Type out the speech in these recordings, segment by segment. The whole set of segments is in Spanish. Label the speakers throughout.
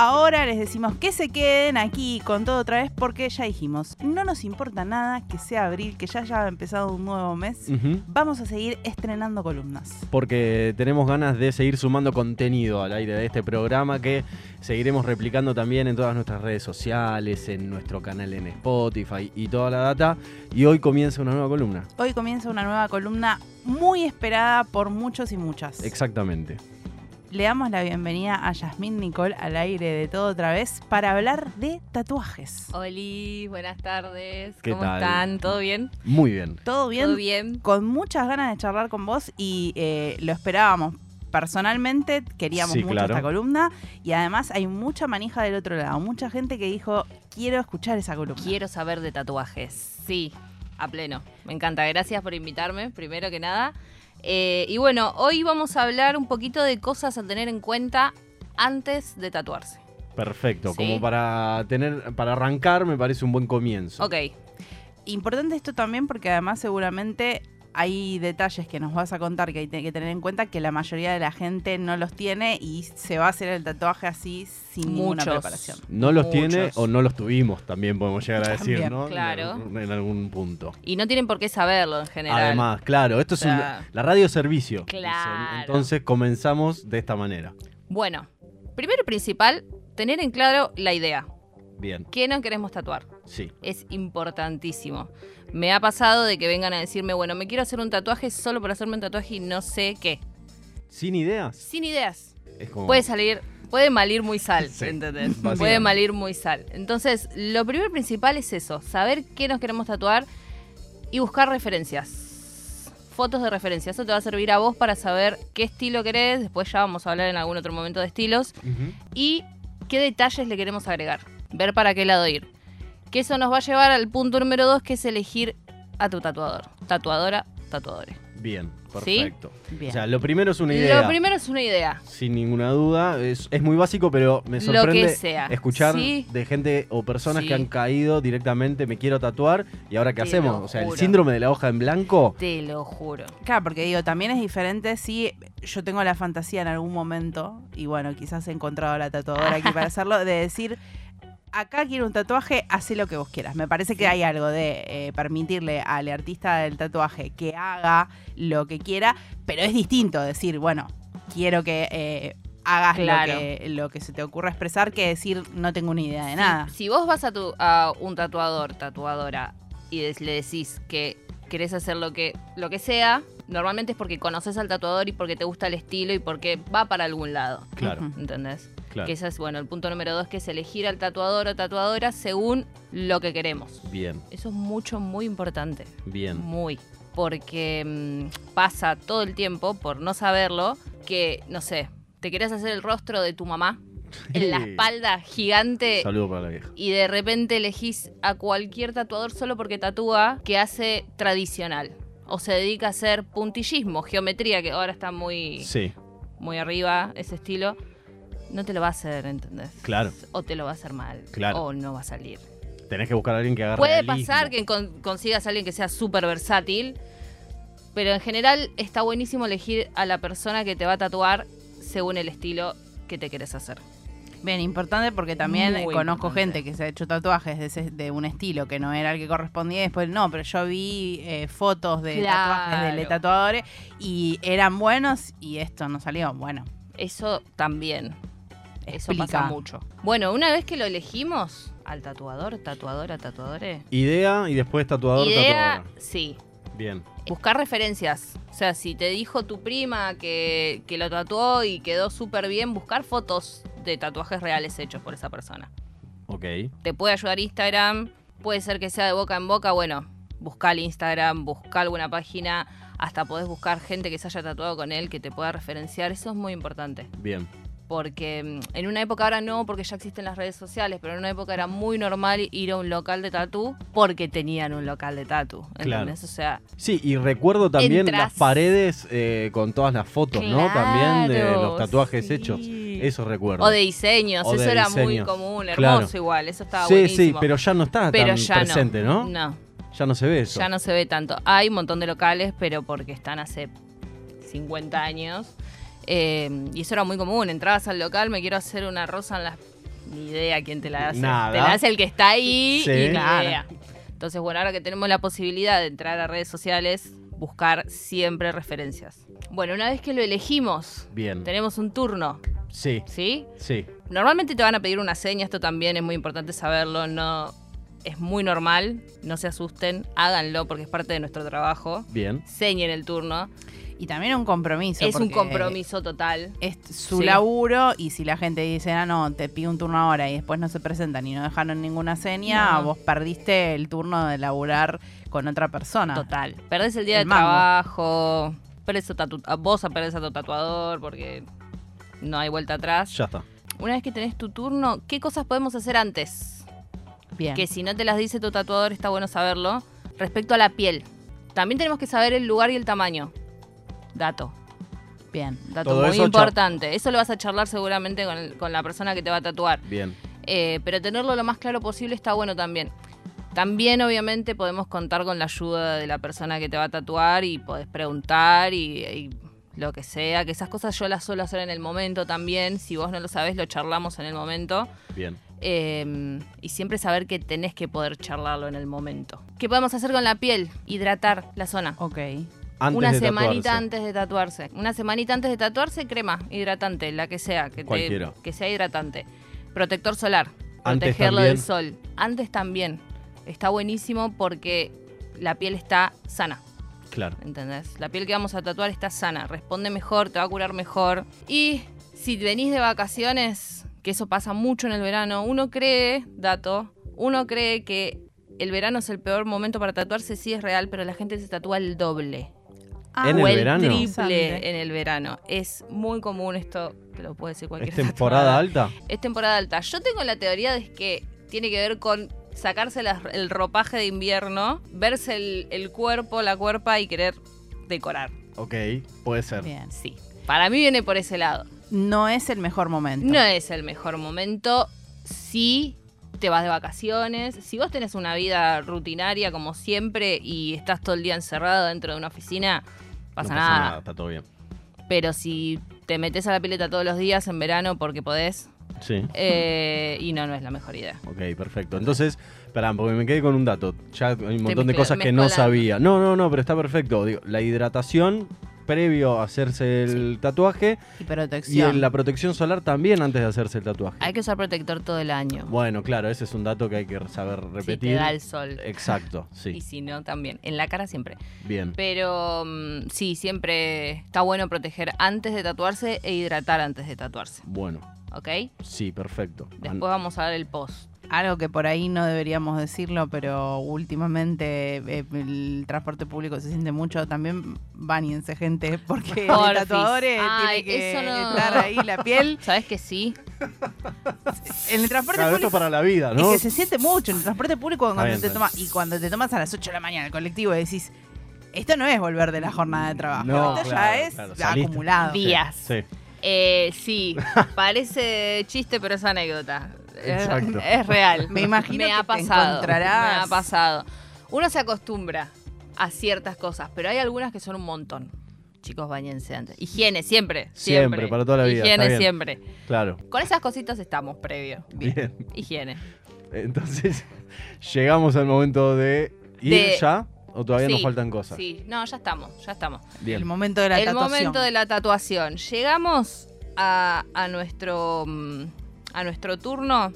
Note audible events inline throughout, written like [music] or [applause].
Speaker 1: Ahora les decimos que se queden aquí con todo otra vez porque ya dijimos, no nos importa nada que sea abril, que ya haya empezado un nuevo mes.
Speaker 2: Ujú,
Speaker 1: Vamos a seguir estrenando columnas.
Speaker 2: Porque tenemos ganas de seguir sumando contenido al aire de este programa que seguiremos replicando también en todas nuestras redes sociales, en nuestro canal en Spotify y toda la data. Y hoy comienza una nueva columna.
Speaker 1: Hoy comienza una nueva columna muy esperada por muchos y muchas.
Speaker 2: Exactamente.
Speaker 1: Le damos la bienvenida a Yasmín Nicole al aire de todo otra vez para hablar de tatuajes.
Speaker 3: Oli, buenas tardes.
Speaker 2: ¿Qué
Speaker 3: ¿Cómo
Speaker 2: tal?
Speaker 3: están? ¿Todo bien?
Speaker 2: Muy bien.
Speaker 1: ¿Todo bien?
Speaker 3: ¿Todo bien?
Speaker 1: Con muchas ganas de charlar con vos y eh, lo esperábamos. Personalmente queríamos
Speaker 2: Sí,
Speaker 1: mucho
Speaker 2: claro.
Speaker 1: esta columna y además hay mucha manija del otro lado, mucha gente que dijo quiero escuchar esa columna.
Speaker 3: Quiero saber de tatuajes. Sí, a pleno. Me encanta. Gracias por invitarme, primero que nada. Eh, y bueno, hoy vamos a hablar un poquito de cosas a tener en cuenta antes de tatuarse.
Speaker 2: Perfecto.
Speaker 3: Sí.
Speaker 2: Como para tener, para arrancar me parece un buen comienzo.
Speaker 3: Ok,
Speaker 1: Importante esto también porque además seguramente hay detalles que nos vas a contar que hay que tener en cuenta que la mayoría de la gente no los tiene y se va a hacer el tatuaje así sin ninguna
Speaker 3: Muchos.
Speaker 1: preparación.
Speaker 2: No los
Speaker 3: Muchos.
Speaker 2: tiene o no los tuvimos, también podemos llegar a decir,
Speaker 1: También,
Speaker 2: ¿no? En
Speaker 3: claro.
Speaker 2: algún- En algún punto.
Speaker 3: y no tienen por qué saberlo en general.
Speaker 2: Además, claro, esto es un-
Speaker 3: sea,
Speaker 2: la radio es servicio.
Speaker 3: claro.
Speaker 2: Entonces comenzamos de esta manera.
Speaker 3: Bueno, primero y principal, tener en claro la idea.
Speaker 2: Bien,
Speaker 3: ¿Qué no queremos tatuar?
Speaker 2: sí.
Speaker 3: es importantísimo. Me ha pasado de que vengan a decirme, bueno, me quiero hacer un tatuaje solo para hacerme un tatuaje y no sé qué.
Speaker 2: Sin ideas.
Speaker 3: Sin ideas.
Speaker 2: Es como
Speaker 3: Puede salir, puede malir muy sal,
Speaker 2: Oh. Sí,
Speaker 3: ¿entendés?
Speaker 2: [laughs] básicamente.
Speaker 3: Puede malir muy sal. Entonces, lo primero principal es eso, saber qué nos queremos tatuar y buscar referencias. Fotos de referencia. Eso te va a servir a vos para saber qué estilo querés. Después ya vamos a hablar en algún otro momento de estilos
Speaker 2: Ujú.
Speaker 3: y qué detalles le queremos agregar. Ver para qué lado ir. Que eso nos va a llevar al punto número dos, que es elegir a tu tatuador. Tatuadora, tatuadores.
Speaker 2: Bien,
Speaker 3: ¿Sí?
Speaker 2: perfecto. O
Speaker 1: Bien.
Speaker 2: sea, lo primero es una idea.
Speaker 3: Lo primero es una idea.
Speaker 2: Sin ninguna duda, es, es muy básico, pero me
Speaker 3: Lo
Speaker 2: sorprende
Speaker 3: que sea.
Speaker 2: escuchar
Speaker 3: Sí.
Speaker 2: de gente o personas
Speaker 3: Sí.
Speaker 2: que han caído directamente, me quiero tatuar, y ahora qué
Speaker 3: Te
Speaker 2: hacemos.
Speaker 3: lo
Speaker 2: O sea, el
Speaker 3: juro.
Speaker 2: síndrome de la hoja en blanco,
Speaker 3: Te lo juro.
Speaker 1: Claro, porque digo, también es diferente si yo tengo la fantasía en algún momento, y bueno, quizás he encontrado a la tatuadora aquí para hacerlo, de decir, acá quiero un tatuaje, hacé lo que vos quieras. Me parece que hay algo de eh, permitirle al artista del tatuaje que haga lo que quiera, pero es distinto decir, bueno, quiero que eh, hagas
Speaker 3: Claro.
Speaker 1: lo, que, lo que se te ocurra expresar que decir, no tengo ni idea de
Speaker 3: Si-
Speaker 1: nada.
Speaker 3: Si, vos vas a, tu, a un tatuador, tatuadora, y des- le decís que querés hacer lo que, lo que sea, normalmente es porque conoces al tatuador y porque te gusta el estilo y porque va para algún lado.
Speaker 2: claro,
Speaker 1: Ujú.
Speaker 3: ¿Entendés?
Speaker 2: claro.
Speaker 3: Que ese es, bueno, el punto número dos, que es elegir al tatuador o tatuadora según lo que queremos.
Speaker 2: Bien,
Speaker 3: Eso es mucho, muy importante.
Speaker 2: bien.
Speaker 3: Muy. Porque mm, pasa todo el tiempo, por no saberlo, que, no sé, te querés hacer el rostro de tu mamá en la espalda gigante
Speaker 2: Saludo para la vieja.
Speaker 3: y de repente elegís a cualquier tatuador solo porque tatúa que hace tradicional. O se dedica a hacer puntillismo, geometría, que ahora está muy
Speaker 2: Sí,
Speaker 3: muy arriba, ese estilo, no te lo va a hacer, ¿entendés?
Speaker 2: Claro.
Speaker 3: O te lo va a hacer mal.
Speaker 2: Claro.
Speaker 3: O no va a salir.
Speaker 2: tenés que buscar a alguien que agarre
Speaker 3: Puede
Speaker 2: el hilo.
Speaker 3: pasar que con- consigas a alguien que sea súper versátil, pero en general está buenísimo elegir a la persona que te va a tatuar según el estilo que te quieres hacer.
Speaker 1: Bien, importante porque también
Speaker 3: Muy
Speaker 1: conozco gente
Speaker 3: importante.
Speaker 1: que se ha hecho tatuajes de, ese- de un estilo que no era el que correspondía y después no, pero yo vi eh, fotos de tatuajes de
Speaker 3: Claro.
Speaker 1: tatuadores y eran buenos y esto no salió. Bueno,
Speaker 3: Eso también. Eso
Speaker 1: Explica.
Speaker 3: pasa mucho. Bueno, una vez que lo elegimos, al tatuador, tatuadora, tatuadores.
Speaker 2: Idea y después tatuador,
Speaker 3: Idea,
Speaker 2: tatuadora.
Speaker 3: sí,
Speaker 2: Bien,
Speaker 3: Buscar referencias. O sea, si te dijo tu prima que, que lo tatuó y quedó súper bien, buscar fotos de tatuajes reales hechos por esa persona.
Speaker 2: ok.
Speaker 3: Te puede ayudar Instagram, puede ser que sea de boca en boca. Bueno, busca el Instagram, busca alguna página, hasta podés buscar gente que se haya tatuado con él, que te pueda referenciar. Eso es muy importante.
Speaker 2: Bien,
Speaker 3: Porque mm, en una época ahora no, porque ya existen las redes sociales, pero en una época era muy normal ir a un local de tatu porque tenían un local de tatu.
Speaker 2: Claro.
Speaker 3: ¿entendés? O sea,
Speaker 2: Sí, y recuerdo también
Speaker 3: Entras.
Speaker 2: las paredes eh, con todas las fotos, ¿no? También de los tatuajes
Speaker 3: sí.
Speaker 2: hechos. Eso recuerdo.
Speaker 3: O de diseños,
Speaker 2: O
Speaker 3: eso
Speaker 2: de
Speaker 3: era muy
Speaker 2: diseños,
Speaker 3: común,
Speaker 2: claro.
Speaker 3: hermoso igual, eso estaba
Speaker 2: sí,
Speaker 3: buenísimo.
Speaker 2: sí, pero ya no está
Speaker 3: Pero
Speaker 2: tan
Speaker 3: ya
Speaker 2: presente, ¿no?
Speaker 3: No,
Speaker 2: Ya no se ve eso.
Speaker 3: ya no se ve tanto. Hay un montón de locales, pero porque están hace 50 años. eh, y eso era muy común, entrabas al local, me quiero hacer una rosa en la ni idea quién te la hace.
Speaker 2: Nada.
Speaker 3: Te la hace el que está ahí
Speaker 2: Sí.
Speaker 3: y ni
Speaker 1: Claro.
Speaker 3: idea. Entonces, bueno, ahora que tenemos la posibilidad de entrar a redes sociales, buscar siempre referencias. Bueno, una vez que lo elegimos,
Speaker 2: Bien.
Speaker 3: tenemos un turno,
Speaker 2: Sí,
Speaker 3: ¿sí?
Speaker 2: sí.
Speaker 3: Normalmente te van a pedir una seña, esto también es muy importante saberlo, no es muy normal, no se asusten, háganlo porque es parte de nuestro trabajo.
Speaker 2: Bien.
Speaker 3: Señen el turno.
Speaker 1: Y también un compromiso.
Speaker 3: es un
Speaker 1: porque
Speaker 3: compromiso total.
Speaker 1: Es su
Speaker 3: Sí.
Speaker 1: laburo y si la gente dice, ah, no, te pido un turno ahora y después no se presentan y no dejaron ninguna seña,
Speaker 3: No.
Speaker 1: vos perdiste el turno de laburar con otra persona.
Speaker 3: Total. Perdés el día
Speaker 1: El
Speaker 3: de
Speaker 1: mango.
Speaker 3: trabajo, perdés a tatu- a- vos a perdés a tu tatuador porque no hay vuelta atrás.
Speaker 2: Ya está.
Speaker 3: Una vez que tenés tu turno, ¿qué cosas podemos hacer antes?
Speaker 1: Bien.
Speaker 3: Que si no te las dice tu tatuador está bueno saberlo. Respecto a la piel, también tenemos que saber el lugar y el tamaño. Dato,
Speaker 1: Bien.
Speaker 3: dato
Speaker 2: Todo
Speaker 3: muy
Speaker 2: eso, cha-
Speaker 3: importante. Eso lo vas a charlar seguramente con, el- con la persona que te va a tatuar.
Speaker 2: Bien.
Speaker 3: Eh, pero tenerlo lo más claro posible está bueno también. También, obviamente, podemos contar con la ayuda de la persona que te va a tatuar y podés preguntar y, y lo que sea. Que esas cosas yo las suelo hacer en el momento también. Si vos no lo sabés, lo charlamos en el momento.
Speaker 2: Bien.
Speaker 3: Eh, y siempre saber que tenés que poder charlarlo en el momento. ¿Qué podemos hacer con la piel? Hidratar la zona.
Speaker 1: Ok.
Speaker 2: Antes
Speaker 3: una
Speaker 2: de
Speaker 3: semanita
Speaker 2: tatuarse.
Speaker 3: antes de tatuarse. Una semanita antes de tatuarse, crema hidratante, la que sea, que, te-
Speaker 2: Cualquiera.
Speaker 3: que sea hidratante. Protector solar,
Speaker 2: Antes
Speaker 3: protegerlo
Speaker 2: también.
Speaker 3: del sol. Antes también. Está buenísimo porque la piel está sana,
Speaker 2: Claro.
Speaker 3: ¿entendés? La piel que vamos a tatuar está sana, responde mejor, te va a curar mejor. Y si venís de vacaciones, que eso pasa mucho en el verano, uno cree, dato, uno cree que el verano es el peor momento para tatuarse, sí es real, pero la gente se tatúa el doble
Speaker 2: ¿En
Speaker 3: o
Speaker 2: el
Speaker 3: el
Speaker 2: verano?
Speaker 3: triple Eh, en el verano. Es muy común esto, te lo puede decir cualquier
Speaker 2: ¿Es temporada
Speaker 3: tatuador.
Speaker 2: alta?
Speaker 3: Es temporada alta. Yo tengo la teoría de que tiene que ver con sacarse las- el ropaje de invierno, verse el, el cuerpo, la cuerpa y querer decorar.
Speaker 2: Ok, puede ser.
Speaker 1: Bien.
Speaker 3: Sí. Para mí viene por ese lado.
Speaker 1: No es el mejor momento.
Speaker 3: No es el mejor momento si te vas de vacaciones, si vos tenés una vida rutinaria como siempre y estás todo el día encerrado dentro de una oficina,
Speaker 2: No
Speaker 3: pasa nada.
Speaker 2: Está todo bien.
Speaker 3: Pero si te metes a la pileta todos los días en verano porque podés,
Speaker 2: Sí.
Speaker 3: eh, y no, no es la mejor idea.
Speaker 2: Ok, perfecto. Entonces, pará, porque me quedé con un dato. Ya hay un montón de
Speaker 3: mezcla-
Speaker 2: cosas que no
Speaker 3: mezcolando.
Speaker 2: sabía. No, no, no, pero está perfecto. Digo, la hidratación previo a hacerse el tatuaje
Speaker 1: Y
Speaker 2: y
Speaker 1: protección.
Speaker 2: en la protección solar también antes de hacerse el tatuaje.
Speaker 3: Hay que usar protector todo el año.
Speaker 2: Bueno, claro, ese es un dato que hay que saber
Speaker 3: si
Speaker 2: repetir.
Speaker 3: te da el sol.
Speaker 2: Exacto,
Speaker 3: Y
Speaker 2: sí.
Speaker 3: si no, también. En la cara siempre.
Speaker 2: Bien.
Speaker 3: Pero mm, sí, siempre está bueno proteger antes de tatuarse e hidratar antes de tatuarse.
Speaker 2: Bueno,
Speaker 3: ¿Ok?
Speaker 2: sí, perfecto. An-
Speaker 3: Después vamos a ver el post.
Speaker 1: Algo que por ahí no deberíamos decirlo, pero últimamente eh, el transporte público se siente mucho. También bañense, gente, [laughs] porque los
Speaker 3: Porfis.
Speaker 1: tatuadores tiene
Speaker 3: Ay,
Speaker 1: que
Speaker 3: eso no.
Speaker 1: estar ahí la piel.
Speaker 3: ¿Sabes que sí?
Speaker 1: En el transporte
Speaker 2: Claro, esto
Speaker 1: público
Speaker 2: para la vida, ¿no?
Speaker 1: Es que se siente mucho en el transporte público cuando
Speaker 2: bien,
Speaker 1: te
Speaker 2: está
Speaker 1: tomas. Y cuando te tomas a las 8 de la mañana el colectivo y decís, esto no es volver de la jornada de trabajo.
Speaker 2: No,
Speaker 1: esto
Speaker 2: claro,
Speaker 1: ya es
Speaker 2: claro, saliste.
Speaker 1: acumulado.
Speaker 3: Bien. días.
Speaker 2: Sí,
Speaker 3: Eh, sí, parece chiste, pero es anécdota. Es-
Speaker 2: Exacto.
Speaker 3: Es, real.
Speaker 1: Me imagino
Speaker 3: me
Speaker 1: que
Speaker 3: ha
Speaker 1: te
Speaker 3: pasado. me
Speaker 1: encontrarás.
Speaker 3: ha pasado. Uno se acostumbra a ciertas cosas, pero hay algunas que son un montón. Chicos, bañense antes. Higiene, siempre. Siempre,
Speaker 2: Siempre, para toda la vida, está
Speaker 3: Higiene,
Speaker 2: bien.
Speaker 3: siempre.
Speaker 2: claro.
Speaker 3: Con esas cositas estamos previo.
Speaker 2: Bien.
Speaker 3: Higiene.
Speaker 2: Entonces, [laughs] llegamos al momento de ir
Speaker 3: De-
Speaker 2: ya o todavía nos
Speaker 3: Sí,
Speaker 2: faltan cosas.
Speaker 3: Sí, no, ya estamos, ya estamos.
Speaker 1: El
Speaker 2: Bien.
Speaker 1: momento de la
Speaker 3: el
Speaker 1: tatuación.
Speaker 3: momento de la tatuación. Llegamos a, a nuestro, mm, a nuestro turno.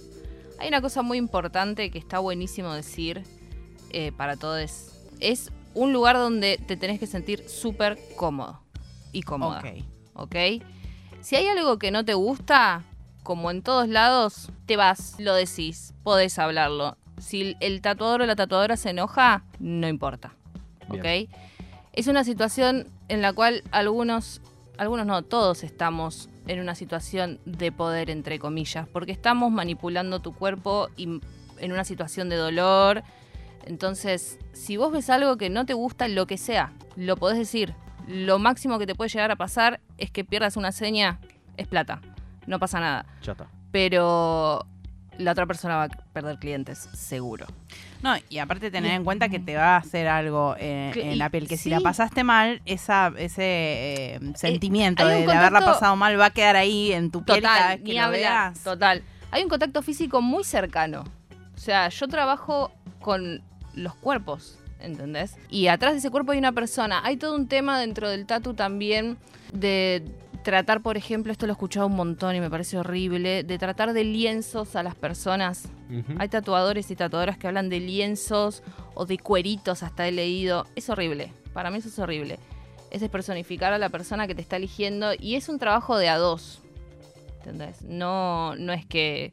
Speaker 3: Hay una cosa muy importante que está buenísimo decir eh, para todos. Es un lugar donde te tenés que sentir súper cómodo y cómoda.
Speaker 1: Ok.
Speaker 3: ¿ok? Si hay algo que no te gusta, como en todos lados, te vas, lo decís, podés hablarlo. Si el tatuador o la tatuadora se enoja, no importa, ¿ok?
Speaker 2: Bien.
Speaker 3: Es una situación en la cual algunos, algunos no, todos estamos en una situación de poder, entre comillas, porque estamos manipulando tu cuerpo y en una situación de dolor. Entonces, si vos ves algo que no te gusta, lo que sea, lo podés decir. Lo máximo que te puede llegar a pasar es que pierdas una seña, es plata. No pasa nada.
Speaker 2: Ya está.
Speaker 3: Pero la otra persona va a perder clientes, seguro.
Speaker 1: No, y aparte tener en cuenta que te va a hacer algo eh,
Speaker 3: Que-
Speaker 1: en la piel, que
Speaker 3: sí.
Speaker 1: si la pasaste mal, esa, ese eh, sentimiento
Speaker 3: hay
Speaker 1: de,
Speaker 3: un
Speaker 1: de haberla
Speaker 3: contacto-
Speaker 1: pasado mal va a quedar ahí en tu piel cada
Speaker 3: Total,
Speaker 1: vez que
Speaker 3: ni
Speaker 1: lo
Speaker 3: hablar.
Speaker 1: veas.
Speaker 3: Total. hay un contacto físico muy cercano. O sea, yo trabajo con los cuerpos, ¿entendés? Y atrás de ese cuerpo hay una persona. Hay todo un tema dentro del tatu también de tratar, por ejemplo, esto lo he escuchado un montón y me parece horrible, de tratar de lienzos a las personas.
Speaker 2: Ujú.
Speaker 3: Hay tatuadores y tatuadoras que hablan de lienzos o de cueritos, hasta he leído. Es horrible. Para mí eso es horrible. Es despersonificar a la persona que te está eligiendo y es un trabajo de a dos. ¿Entendés? No, no es que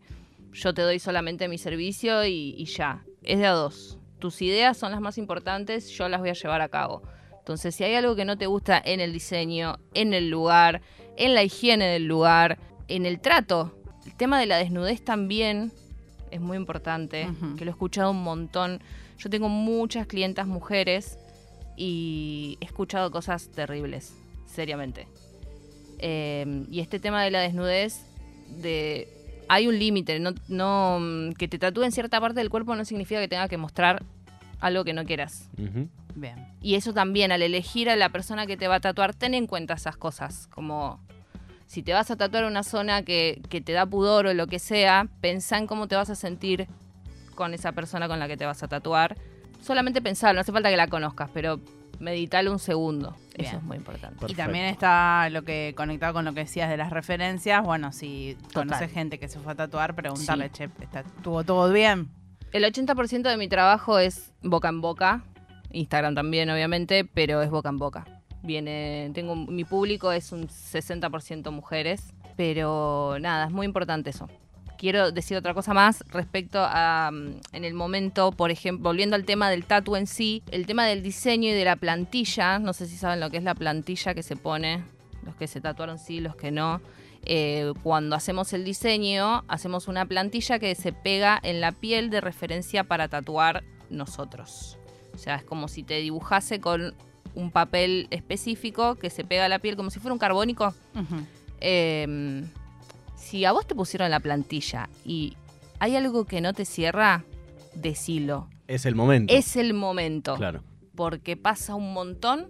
Speaker 3: yo te doy solamente mi servicio y, y ya. Es de a dos. Tus ideas son las más importantes, yo las voy a llevar a cabo. Entonces, si hay algo que no te gusta en el diseño, en el lugar, en la higiene del lugar, en el trato, el tema de la desnudez también es muy importante,
Speaker 1: Ujú.
Speaker 3: que lo he escuchado un montón. Yo tengo muchas clientas mujeres y he escuchado cosas terribles, seriamente. Eh, y este tema de la desnudez, de hay un límite, no, no, mm, que te tatúen cierta parte del cuerpo no significa que tenga que mostrar algo que no quieras.
Speaker 2: Ujú.
Speaker 1: Bien.
Speaker 3: Y eso también, al elegir a la persona que te va a tatuar, ten en cuenta esas cosas. Como si te vas a tatuar una zona que, que te da pudor o lo que sea, pensá en cómo te vas a sentir con esa persona con la que te vas a tatuar. Solamente pensalo, no hace falta que la conozcas, pero meditalo un segundo.
Speaker 1: Bien.
Speaker 3: Eso es muy importante.
Speaker 1: Y
Speaker 2: Perfecto.
Speaker 1: también está lo que conectado con lo que decías de las referencias. Bueno, si
Speaker 3: Total.
Speaker 1: conoces gente que se fue a tatuar, preguntarle, che, ¿está- ¿estuvo todo bien?
Speaker 3: El 80% de mi trabajo es boca en boca, Instagram también obviamente, pero es boca en boca. Viene, tengo un- mi público es un 60% mujeres, pero nada, es muy importante eso. Quiero decir otra cosa más respecto a mm, en el momento, por ejemplo, volviendo al tema del tatu en sí, el tema del diseño y de la plantilla, no sé si saben lo que es la plantilla que se pone, los que se tatuaron sí, los que no. Eh, cuando hacemos el diseño, hacemos una plantilla que se pega en la piel de referencia para tatuar nosotros. O sea, es como si te dibujase con un papel específico que se pega a la piel, como si fuera un carbónico.
Speaker 1: Ujú.
Speaker 3: Eh, si a vos te pusieron la plantilla y hay algo que no te cierra, decilo.
Speaker 2: Es el momento.
Speaker 3: Es el momento
Speaker 2: Claro.
Speaker 3: porque pasa un montón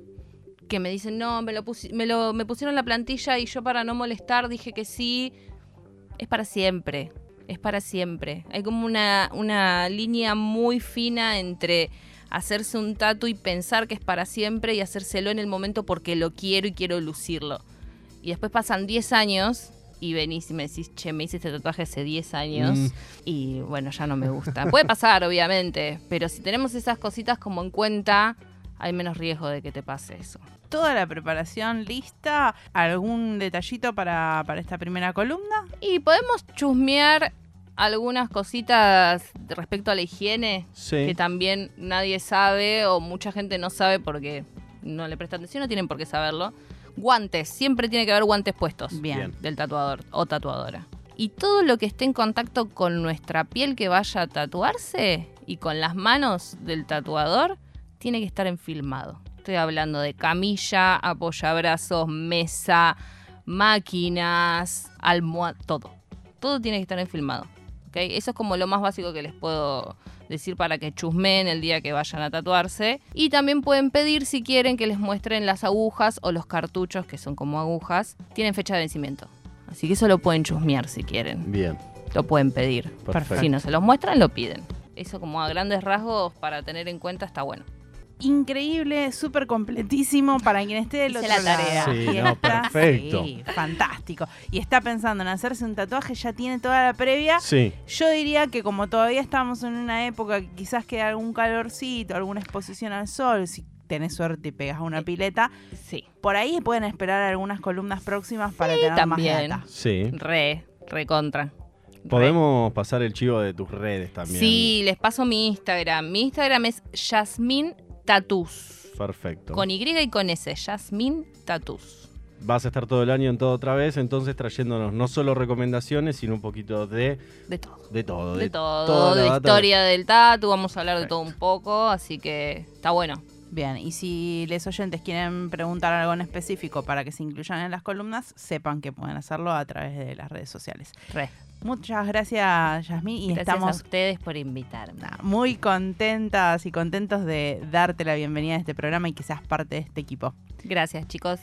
Speaker 3: que me dicen, no, me, lo pusi- me, lo- me pusieron la plantilla y yo para no molestar dije que sí. Es para siempre, es para siempre. Hay como una, una línea muy fina entre hacerse un tatu y pensar que es para siempre y hacérselo en el momento porque lo quiero y quiero lucirlo. Y después pasan 10 años y venís y me decís, che, me hice este tatuaje hace 10 años
Speaker 2: Mm.
Speaker 3: y bueno, ya no me gusta. Puede pasar, obviamente, pero si tenemos esas cositas como en cuenta, hay menos riesgo de que te pase eso.
Speaker 1: Toda la preparación lista. ¿Algún detallito para, para esta primera columna?
Speaker 3: Y podemos chusmear algunas cositas respecto a la higiene, que
Speaker 2: Sí.
Speaker 3: también nadie sabe o mucha gente no sabe porque no le presta atención, no tienen por qué saberlo. Guantes, siempre tiene que haber guantes puestos.
Speaker 1: Bien.
Speaker 2: Bien.
Speaker 3: del tatuador o tatuadora. Y todo lo que esté en contacto con nuestra piel que vaya a tatuarse y con las manos del tatuador tiene que estar enfilmado. Estoy hablando de camilla, apoyabrazos, mesa, máquinas, almohada, todo. Todo tiene que estar enfilmado. ¿ok? Eso es como lo más básico que les puedo decir para que chusmen el día que vayan a tatuarse. Y también pueden pedir si quieren que les muestren las agujas o los cartuchos, que son como agujas. Tienen fecha de vencimiento. Así que eso lo pueden chusmear si quieren.
Speaker 2: Bien.
Speaker 3: Lo pueden pedir.
Speaker 2: Perfecto.
Speaker 3: Si no se los muestran, lo piden. Eso como a grandes rasgos para tener en cuenta está bueno.
Speaker 1: Increíble, súper completísimo para quien esté del
Speaker 3: Hice
Speaker 1: otro
Speaker 3: la
Speaker 1: lado.
Speaker 3: tarea.
Speaker 2: Sí,
Speaker 1: Y
Speaker 2: no,
Speaker 1: está-
Speaker 2: perfecto.
Speaker 1: sí, fantástico. Y está pensando en hacerse un tatuaje, ya tiene toda la previa.
Speaker 2: Sí.
Speaker 1: Yo diría que como todavía estamos en una época que quizás queda algún calorcito, alguna exposición al sol, si tenés suerte y pegas una pileta,
Speaker 3: Sí.
Speaker 1: por ahí pueden esperar algunas columnas próximas para tener
Speaker 3: también.
Speaker 1: más data.
Speaker 2: Sí.
Speaker 3: Re, re contra. Re.
Speaker 2: Podemos pasar el chivo de tus redes también.
Speaker 3: Sí, les paso mi Instagram. Mi Instagram es Yasmin Tatus.
Speaker 2: Perfecto.
Speaker 3: Con Y y con S, Yasmin Tatus.
Speaker 2: Vas a estar todo el año en todo otra vez, entonces trayéndonos no solo recomendaciones, sino un poquito de,
Speaker 3: De todo.
Speaker 2: de todo.
Speaker 3: De todo,
Speaker 2: toda la
Speaker 3: de
Speaker 2: data.
Speaker 3: historia del tatu, vamos a hablar de todo un poco, así que está bueno.
Speaker 1: Bien, y si les oyentes quieren preguntar algo en específico para que se incluyan en las columnas, sepan que pueden hacerlo a través de las redes sociales.
Speaker 3: Re.
Speaker 1: Muchas gracias, Yasmín, y
Speaker 3: Gracias a
Speaker 1: estamos
Speaker 3: ustedes por invitarme.
Speaker 1: nada, muy contentas y contentos de darte la bienvenida a este programa y que seas parte de este equipo.
Speaker 3: Gracias, chicos.